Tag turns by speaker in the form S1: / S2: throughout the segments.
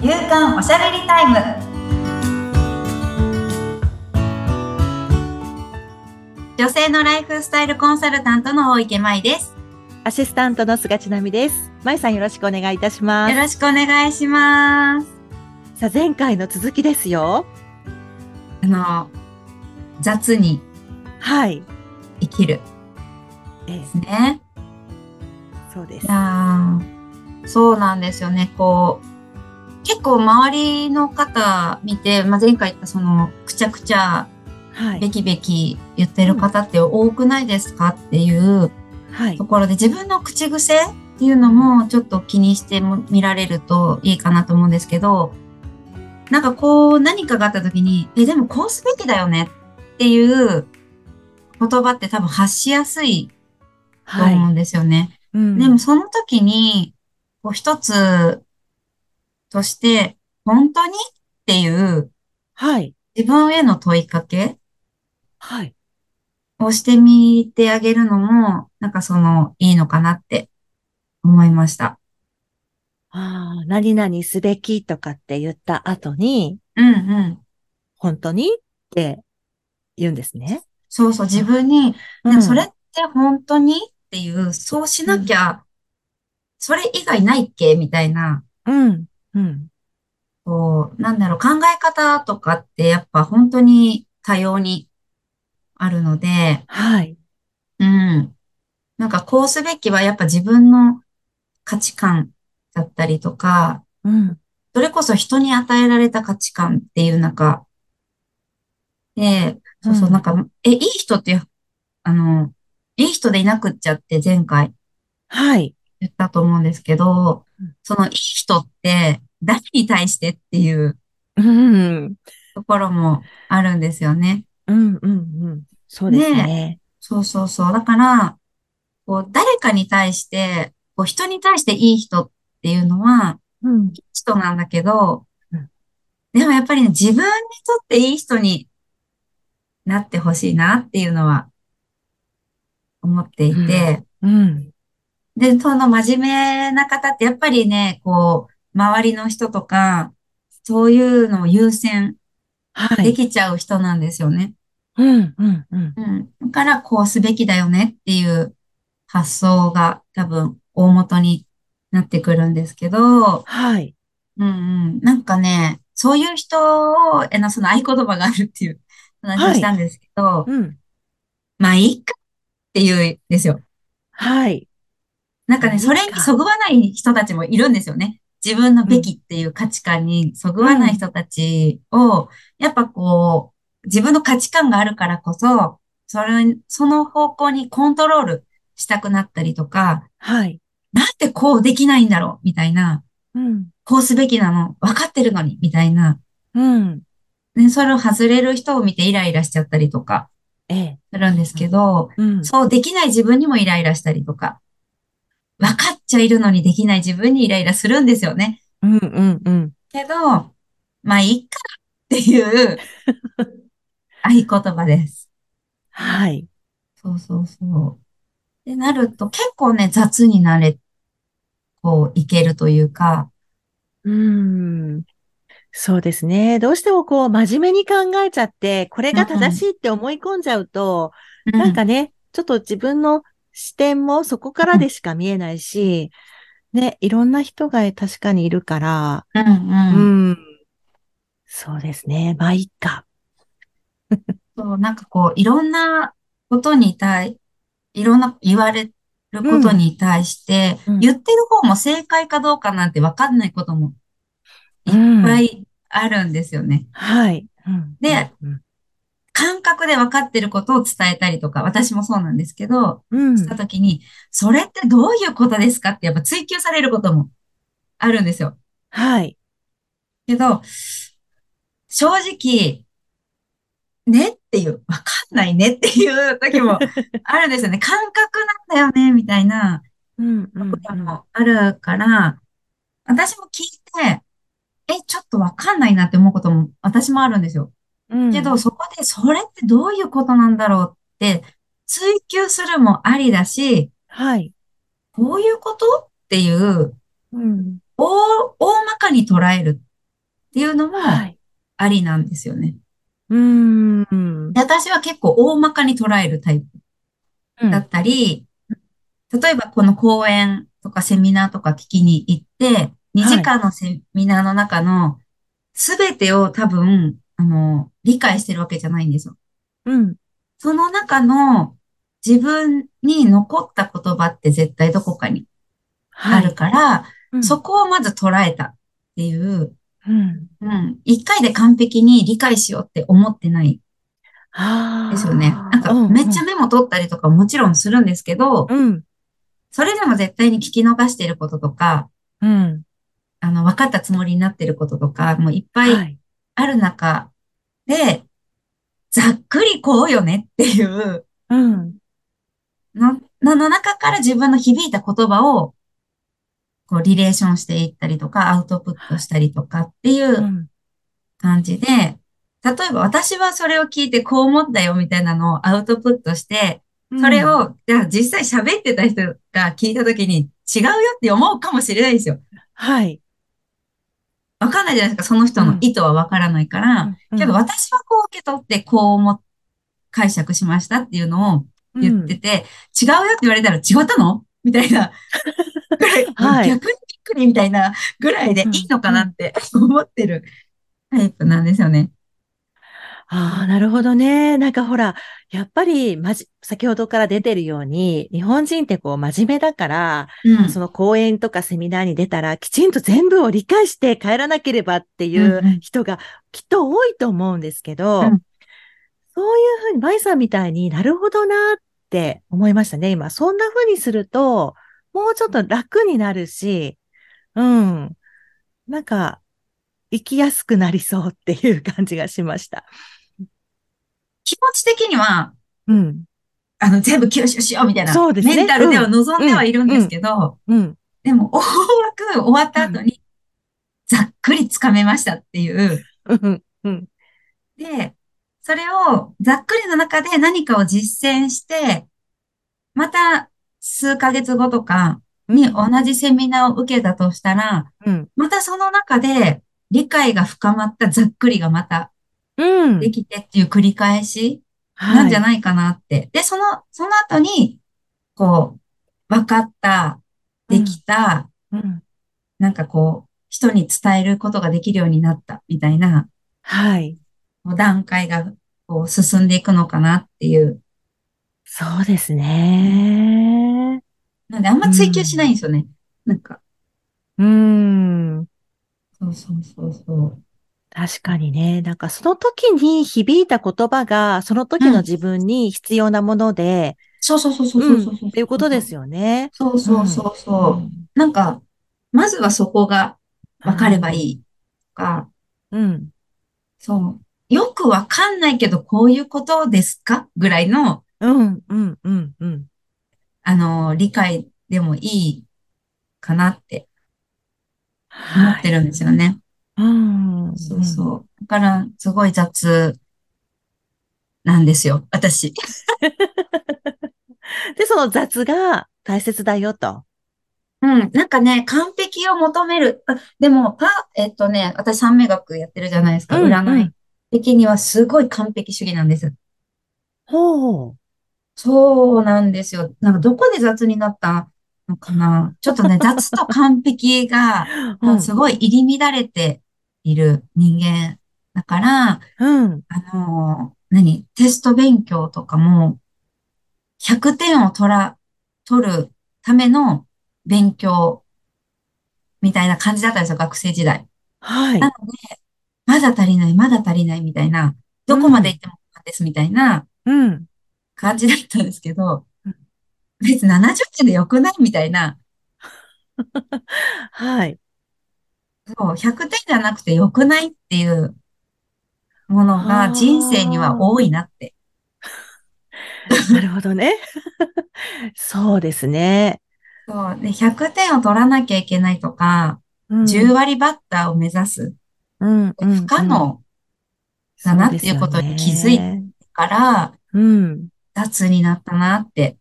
S1: 夕刊おしゃべりタイム女性のライフスタイルコンサルタントの大池舞です
S2: アシスタントの菅千奈美です。まいさんよろしくお願いいたしま
S1: よろしくお願いします
S2: す。さあ、前回の続きですよ。
S1: あの雑に
S2: はい。
S1: 生きる
S2: ええ
S1: ですね
S2: そうで
S1: い
S2: す。
S1: やーそうなんですよね。こう、結構周りの方見て、まあ、前回言ったその、くちゃくちゃ、
S2: は
S1: べ
S2: い。
S1: きべき言ってる方って多くないですかっていう
S2: はい
S1: と。ころで、自分の口癖っていうのもちょっと気にしても見られるといいかなと思うんですけど、なんかこう、何かがあった時に、え、でもこうすべきだよねっていう言葉って多分発しやすいと
S2: はい。
S1: 思うんですよね。
S2: うん
S1: でも、その時に、こう一つとして、本当にっていう
S2: はい。
S1: 自分への問いかけ
S2: はい。
S1: をしてみてあげるのも、なんかその、いいのかなって思いました。
S2: ああ、何々すべきとかって言った後に、
S1: うんうん。
S2: 本当にって言うんですね。
S1: そうそう、自分に、
S2: う
S1: でも
S2: ん
S1: それって本当にっていう、そうしなきゃ、それ以外ないっけみたいな、
S2: うん。うん。
S1: こう、なんだろう、考え方とかってやっぱ本当に多様にあるので、
S2: はい。
S1: うん。なんかこうすべきはやっぱ自分の価値観だったりとか、
S2: うん。
S1: それこそ人に与えられた価値観っていう中で、そうそう、
S2: うん
S1: なんか、え、いい人っていう、あの、いい人でいなくっちゃって前回
S2: はい。
S1: 言ったと思うんですけど
S2: うん、
S1: そのいい人って誰に対してっていう
S2: うん。
S1: ところもあるんですよね。
S2: うん。うん。うん。そうですね。
S1: そうそうそう。だから、こう、誰かに対して、こう、人に対していい人っていうのは、
S2: うん。
S1: いい人なんだけど
S2: うん、
S1: でもやっぱりね、自分にとっていい人になってほしいなっていうのは、思っていて、
S2: うん。
S1: で、その真面目な方ってやっぱりね、こう、周りの人とか、そういうのを優先
S2: は
S1: で
S2: い。
S1: きちゃう人なんですよね。
S2: うん。うん。うん。
S1: うん。だから、こうすべきだよねっていう発想が多分大元になってくるんですけど、
S2: はい。
S1: うんうん。なんかね、そういう人を、えな、その合言葉があるっていう話をしたんですけど、
S2: うん。
S1: まあ、いいかっていうんですよ。
S2: はい。
S1: なんかね、それ
S2: いい
S1: に
S2: か
S1: そぐわない人たちもいるんですよね。自分のべきっていう価値観にそぐわない人たちを、やっぱこう、自分の価値観があるからこそ、それ、その方向にコントロールしたくなったりとか、
S2: はい。
S1: なんでこうできないんだろうみたいな、
S2: うん。
S1: こうすべきなの分かってるのにみたいな、
S2: うん。
S1: ね、それを外れる人を見てイライラしちゃったりとか
S2: ええ。
S1: するんですけど、
S2: うん。
S1: そうできない自分にもイライラしたりとか、分かっちゃいるのにできない自分にイライラするんですよね。
S2: うんうんうん。
S1: けど、まあ、いいかって いう合言葉です。
S2: はい。
S1: そうそうそう。ってなると結構ね、雑になれ、こう、いけるというか、
S2: うーん。そうですね。どうしてもこう、真面目に考えちゃって、これが正しいって思い込んじゃうと、なんかね、ちょっと自分の視点もそこからでしか見えないし、ね、いろんな人が確かにいるから、
S1: うん、うん、
S2: う
S1: うん。
S2: ん。そうですね。まあ、いいか。
S1: そう、なんかこう、いろんなことに対、いろんな言われることに対して、
S2: うん
S1: 言ってる方も正解かどうかなんてわかんないこともいっぱいあるんですよね。
S2: はい。うん
S1: で、
S2: うん
S1: 感覚で分かってることを伝えたりとか、私もそうなんですけど、
S2: うん。
S1: したときに、それってどういうことですかってやっぱ追求されることもあるんですよ。
S2: はい。
S1: けど、正直、ねっていう、わかんないねっていう時 もあるんですよね。感覚なんだよね、みたいな
S2: うんうんうん
S1: こともあるから、私も聞いて、え、ちょっとわかんないなって思うことも私もあるんですよ。
S2: うん
S1: けど、そこでそれってどういうことなんだろうって追求するもありだし、
S2: はい。
S1: こういうことっていう、
S2: うん。
S1: 大、大まかに捉えるっていうのも
S2: はい。
S1: ありなんですよね。
S2: うーん。
S1: で私は結構大まかに捉えるタイプだったり、例えばこの講演とかセミナーとか聞きに行って、2時間のセミナーの中の全てを多分、あの、理解してるわけじゃないんですよ。
S2: うん。
S1: その中の自分に残った言葉って絶対どこかにあ
S2: は
S1: る
S2: い。
S1: から、
S2: うん
S1: そこをまず捉えたっていう、
S2: うん。
S1: うん、一回で完璧に理解しようって思ってない
S2: ああ。
S1: ですよね。なんか
S2: う
S1: めっちゃメモ取ったりとかもちろんするんですけど、
S2: うん。
S1: それでも絶対に聞き逃してることとか、
S2: うん。
S1: あの、分かったつもりになってることとか、もういっぱ
S2: はいい。
S1: ある中で、ざっくりこうよねっていう
S2: うん。。
S1: の、のの中から自分の響いた言葉を、こう、リレーションしていったりとか、アウトプットしたりとかっていううん感じで、例えば私はそれを聞いてこう思ったよみたいなのをアウトプットして、それを、じゃあ実際喋ってた人が聞いた時に違うよって思うかもしれないですよ。
S2: はい。
S1: わかんないじゃないですか、その人の意図はわからないから。
S2: うん
S1: けど私はこう受け取って、こう思っ解釈しましたっていうのを言ってて、違うよって言われたら違ったのみたいな。ぐらい、
S2: はい
S1: 逆にびっくりみたいなぐらいでいいのかなって思ってるタイプなんですよね。
S2: ああ、なるほどね。なんかほら、やっぱり、まじ、先ほどから出てるように、日本人ってこう、真面目だから、
S1: うん
S2: その講演とかセミナーに出たら、きちんと全部を理解して帰らなければってい
S1: うんう
S2: うん人がきっと多いと思うんですけど、
S1: うん
S2: そういうふうに、バイさんみたいになるほどなって思いましたね、今。そんなふうにすると、もうちょっと楽になるし、うん。なんか、生きやすくなりそうっていう感じがしました。
S1: 気持ち的には、
S2: うん。
S1: あの、全部吸収しようみたいな、
S2: そうですね
S1: メンタルでは
S2: うん
S1: 望んではいるんですけど、
S2: うん。
S1: でも、大枠終わった後に、ざっくりつかめましたっていう、
S2: うん。うん。
S1: で、それをざっくりの中で何かを実践して、また数ヶ月後とかに同じセミナーを受けたとしたら、
S2: うん。
S1: またその中で理解が深まったざっくりがまた
S2: うん。
S1: できてっていう繰り返し
S2: は
S1: ないんじゃないかなって。で、その、その後に、こう、分かった、できた、
S2: うん
S1: なんかこう、人に伝えることができるようになったみたいな、
S2: はい。
S1: こう段階がこう進んでいくのかなっていう
S2: そうですね。
S1: なんで、あんま追求しないんですよね。なんか、
S2: うん。
S1: そうそうそうそう。
S2: 確かにね。なんかその時に響いた言葉が、その時の自分に必要なもので、
S1: そうそうそうそう
S2: う
S1: そ
S2: ん
S1: うそう。
S2: っていうことです
S1: よ。
S2: よね。
S1: そうそうそう
S2: う
S1: そう。なんか、まずはそこが分かればい
S2: い。
S1: いとか、
S2: うん。
S1: そう。よくわかんないけど、こういうことですかぐらいの、
S2: うん。うん。うん。うん。
S1: あの、理解でもいいかなって思
S2: は
S1: って
S2: い。
S1: るんですよね。
S2: うん。
S1: そうそう。だから、すごい雑なんですよ。私。
S2: で、その雑が大切だよと。
S1: うん、なんかね、完璧を求める。あでも、パ、えっとね、私三名学やってるじゃないですか。
S2: うん
S1: 占
S2: う
S1: い
S2: ん
S1: 的にはすごい完璧主義なんです。
S2: ほう。
S1: そうなんですよ。なんかどこで雑になったのかな。ちょっ とね、雑と完璧が、
S2: うん
S1: すごい入り乱れている人間だから、
S2: うん。
S1: あのー何テスト勉強とかも、100点を取ら、取るための勉強みたいな感じだったんですよ、学生時代。
S2: はい
S1: な。ので、まだ足りない、まだ足りないみたいな、どこまで行っても不安ですみたいな
S2: うん。
S1: 感じだったんですけど
S2: うん、
S1: 別に70点でよくないみたいな、
S2: はい。
S1: そう、100点じゃなくてよくないっていうもの
S2: あ
S1: が
S2: ー
S1: 人生には多いなって。
S2: なるほどね。 そうですね。
S1: そう、で、100点を取らなきゃいけないとか、
S2: うん
S1: 10割バッターを目指す。
S2: うんうん
S1: 不可能だなっていうことに気づいて
S2: て。
S1: から、
S2: うん。
S1: 雑になったなって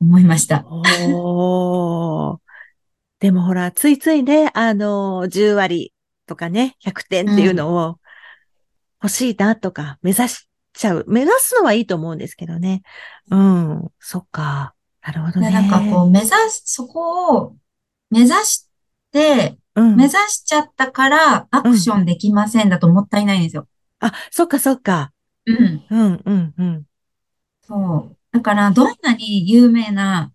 S1: 思いました。
S2: おー。でもほら、ついついね、あの、10割とかね、100点っていうのを欲しいなとか目指しちゃう。目指すのはいいと思うんですけどね。うん。そっか。なるほどね。
S1: でなんかこう、目指す、そこを目指して、
S2: うん
S1: 目指しちゃったからアクションできませんだともったいないんですよ。
S2: あ、そっかそっか。
S1: うん。
S2: うん、うん、うん。
S1: そう。だから、どんなに有名な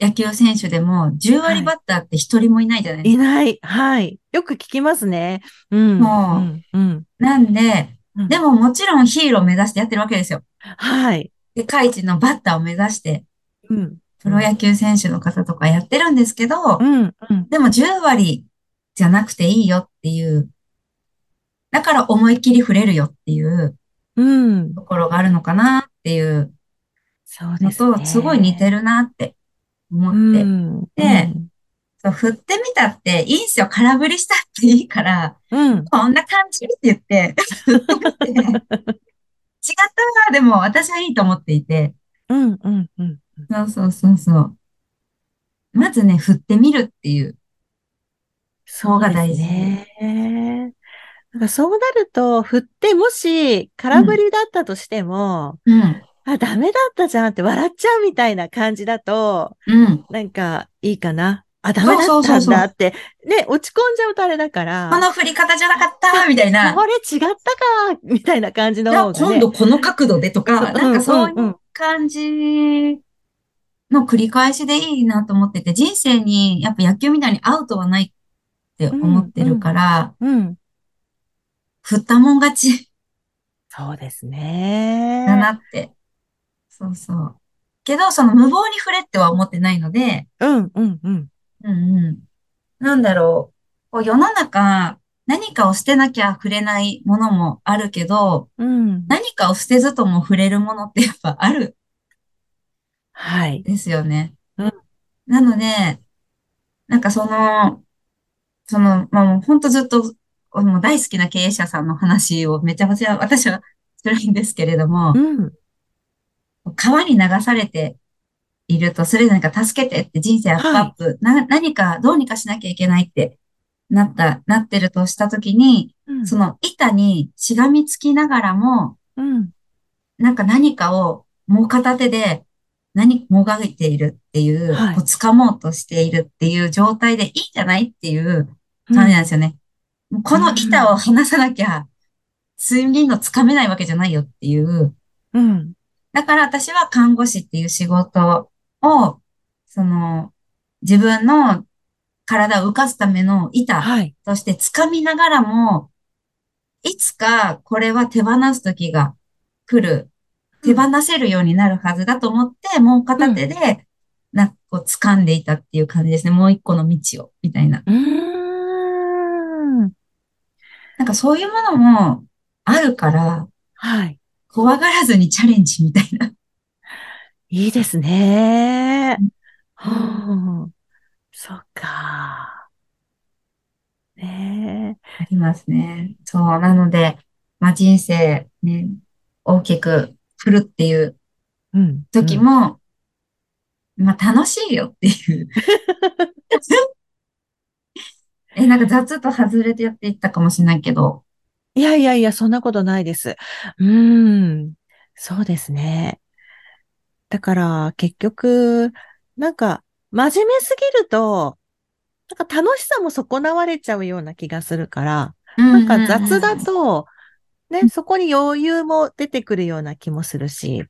S1: 野球選手でも、10
S2: は
S1: 割
S2: い
S1: バッターって一人もいないじゃないです
S2: い
S1: か。
S2: ない。はい。よく聞きますね。うん。
S1: もう
S2: うん、うん。
S1: なんで、
S2: うん
S1: でももちろんヒーローを目指してやってるわけですよ。
S2: はい。
S1: 世界一のバッターを目指して、
S2: うん。
S1: プロ野球選手の方とかやってるんですけど
S2: う、ん、うん。
S1: でも10割じゃなくていいよっていう、だから思いっきり触れるよっていう
S2: うん。
S1: ところがあるのかなっていう
S2: そうで
S1: の
S2: すね。
S1: と、すごい似てるなって思
S2: う
S1: って。
S2: ん。
S1: でそう振ってみたっていいんすよ。空振りしたっていいから、
S2: うん、うん。
S1: こんな感じって言って、振って みて。違ったわ、でも私はいいと思っていて。
S2: うん、うん、うん。
S1: そうそうそうそう。まずね、振ってみるっていう。
S2: そうが大事。なんかそうなると、振って、もし空振りだったとしても、
S1: うん。
S2: あ、ダメだったじゃんって笑っちゃうみたいな感じだと、
S1: うん。こ
S2: なんかいいかな。あ、ダメだ
S1: そう
S2: っ
S1: そ
S2: た
S1: うんそうそう
S2: だって、ね、落ち込んじゃうとあれだから、
S1: の振り方じゃなかった、みたいな。
S2: これ違ったか、みたいな感じの
S1: じゃ
S2: 方
S1: あ
S2: が
S1: 今
S2: ね。
S1: 度この角度でとか、
S2: うん
S1: なんかそうい
S2: んん
S1: う感じの繰り返しでいいなと思ってて、人生にやっぱ野球みたいにアウトはないって思ってるから、
S2: うん。
S1: 振ったもん勝ち
S2: そうですね。
S1: だなって。そうそう。けど、その無謀に振れっては思ってないので、
S2: うん、うん、うん。
S1: うんうん。なんだろう。こう世の中、何かを捨てなきゃ触れないものもあるけど、
S2: うん。
S1: 何かを捨てずとも触れるものってやっぱある
S2: はい。
S1: ですよね。
S2: うん
S1: なので、なんかその、その、まあもうほんとずっと、もう大好きな経営者さんの話をめちゃめちゃ私は辛いんですけれども
S2: う、ん。
S1: 川に流されていると、それでなんか助けてって人生アップアップ、な、何かどうにかしなきゃいけないってなった、なってるとしたときに、
S2: うん
S1: その板にしがみつきながらも、
S2: うん。
S1: なんか何かをもう片手で何もがいているっていう、
S2: はい
S1: こう掴もうとしているっていう状態でいいんじゃないっていう感じなんですよね。もうこの板を離さなきゃ、次の掴めないわけじゃないよっていう。
S2: うん。
S1: だから私は看護師っていう仕事を、その、自分の体を浮かすための板
S2: はい。
S1: そして掴みながらも、いつかこれは手放す時が来る。手放せるようになるはずだと思って、もう片手で、なんかこう掴んでいたっていう感じですね。もう一個の道を、みたいな。
S2: うーん。
S1: なんかそういうものもあるから、
S2: はい。
S1: 怖がらずにチャレンジみたいな。
S2: いいですね
S1: うん。
S2: はあそっか。ねえ。
S1: ありますね。そう。なので、まあ人生ね、大きく振るっていう
S2: うん。
S1: 時も、まあ楽しいよっていう。 え、なんか雑と外れてやっていったかもしれないけど、
S2: いやいやいや、そんなことないです。うーん。そうですね。だから、結局、なんか、真面目すぎると、なんか楽しさも損なわれちゃうような気がするから、なんか雑だと、ね、そこに余裕も出てくるような気もするし、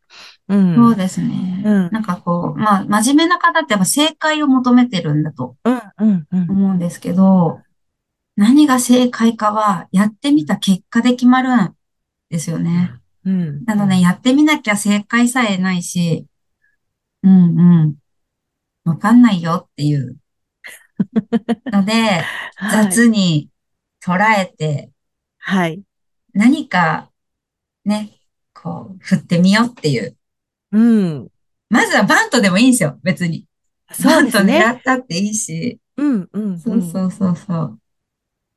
S2: う。
S1: うんんうんうんそうですね。
S2: うん
S1: なんかこう、まあ、真面目な方ってやっぱ正解を求めてるんだと
S2: うん、うん、うん。
S1: 思うんですけど、何が正解かは、やってみた結果で決まるんですよね。
S2: うん。
S1: なので、やってみなきゃ正解さえないし、うんうん。わかんないよって いう。ので、
S2: はい、
S1: 雑に捉えて、
S2: はい。
S1: 何かね、こう、振ってみようっていう。
S2: うん。
S1: まずはバントでもいいんですよ、別に。
S2: そうです
S1: バン
S2: ね。
S1: ト狙ったっていいし。
S2: うん、うん、
S1: そう
S2: う
S1: そ
S2: ん。
S1: うそうそう。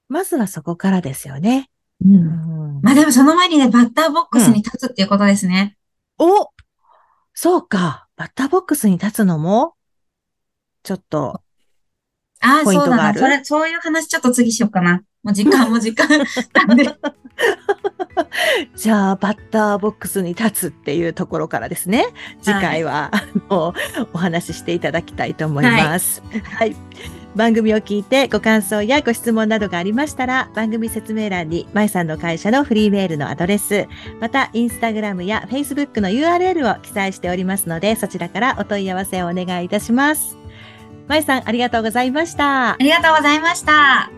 S2: まずはそこからですよね。
S1: う。
S2: うんん、
S1: まあでもその前にね、バッターボックスに立つっていうことですね。
S2: おそうか。バッターボックスに立つのも、ちょっと、
S1: ああ、
S2: ポイン
S1: そう
S2: ト
S1: だ
S2: があ
S1: な。
S2: る
S1: それ、そういう話ちょっと次しようかな。もう時間も時 間なんで。
S2: じゃあ、バッターボックスに立つっていうところからですね、次回は、あのお話ししていただきたいと思います。はい、番組を聞いてご感想やご質問などがありましたら、番組説明欄に、まいさんの会社のフリーメールのアドレス、また、インスタグラムやフェイスブックの URL を記載しておりますので、そちらからお問い合わせをお願いいたします。まいさん、ありがとうございました。
S1: ありがとうございました。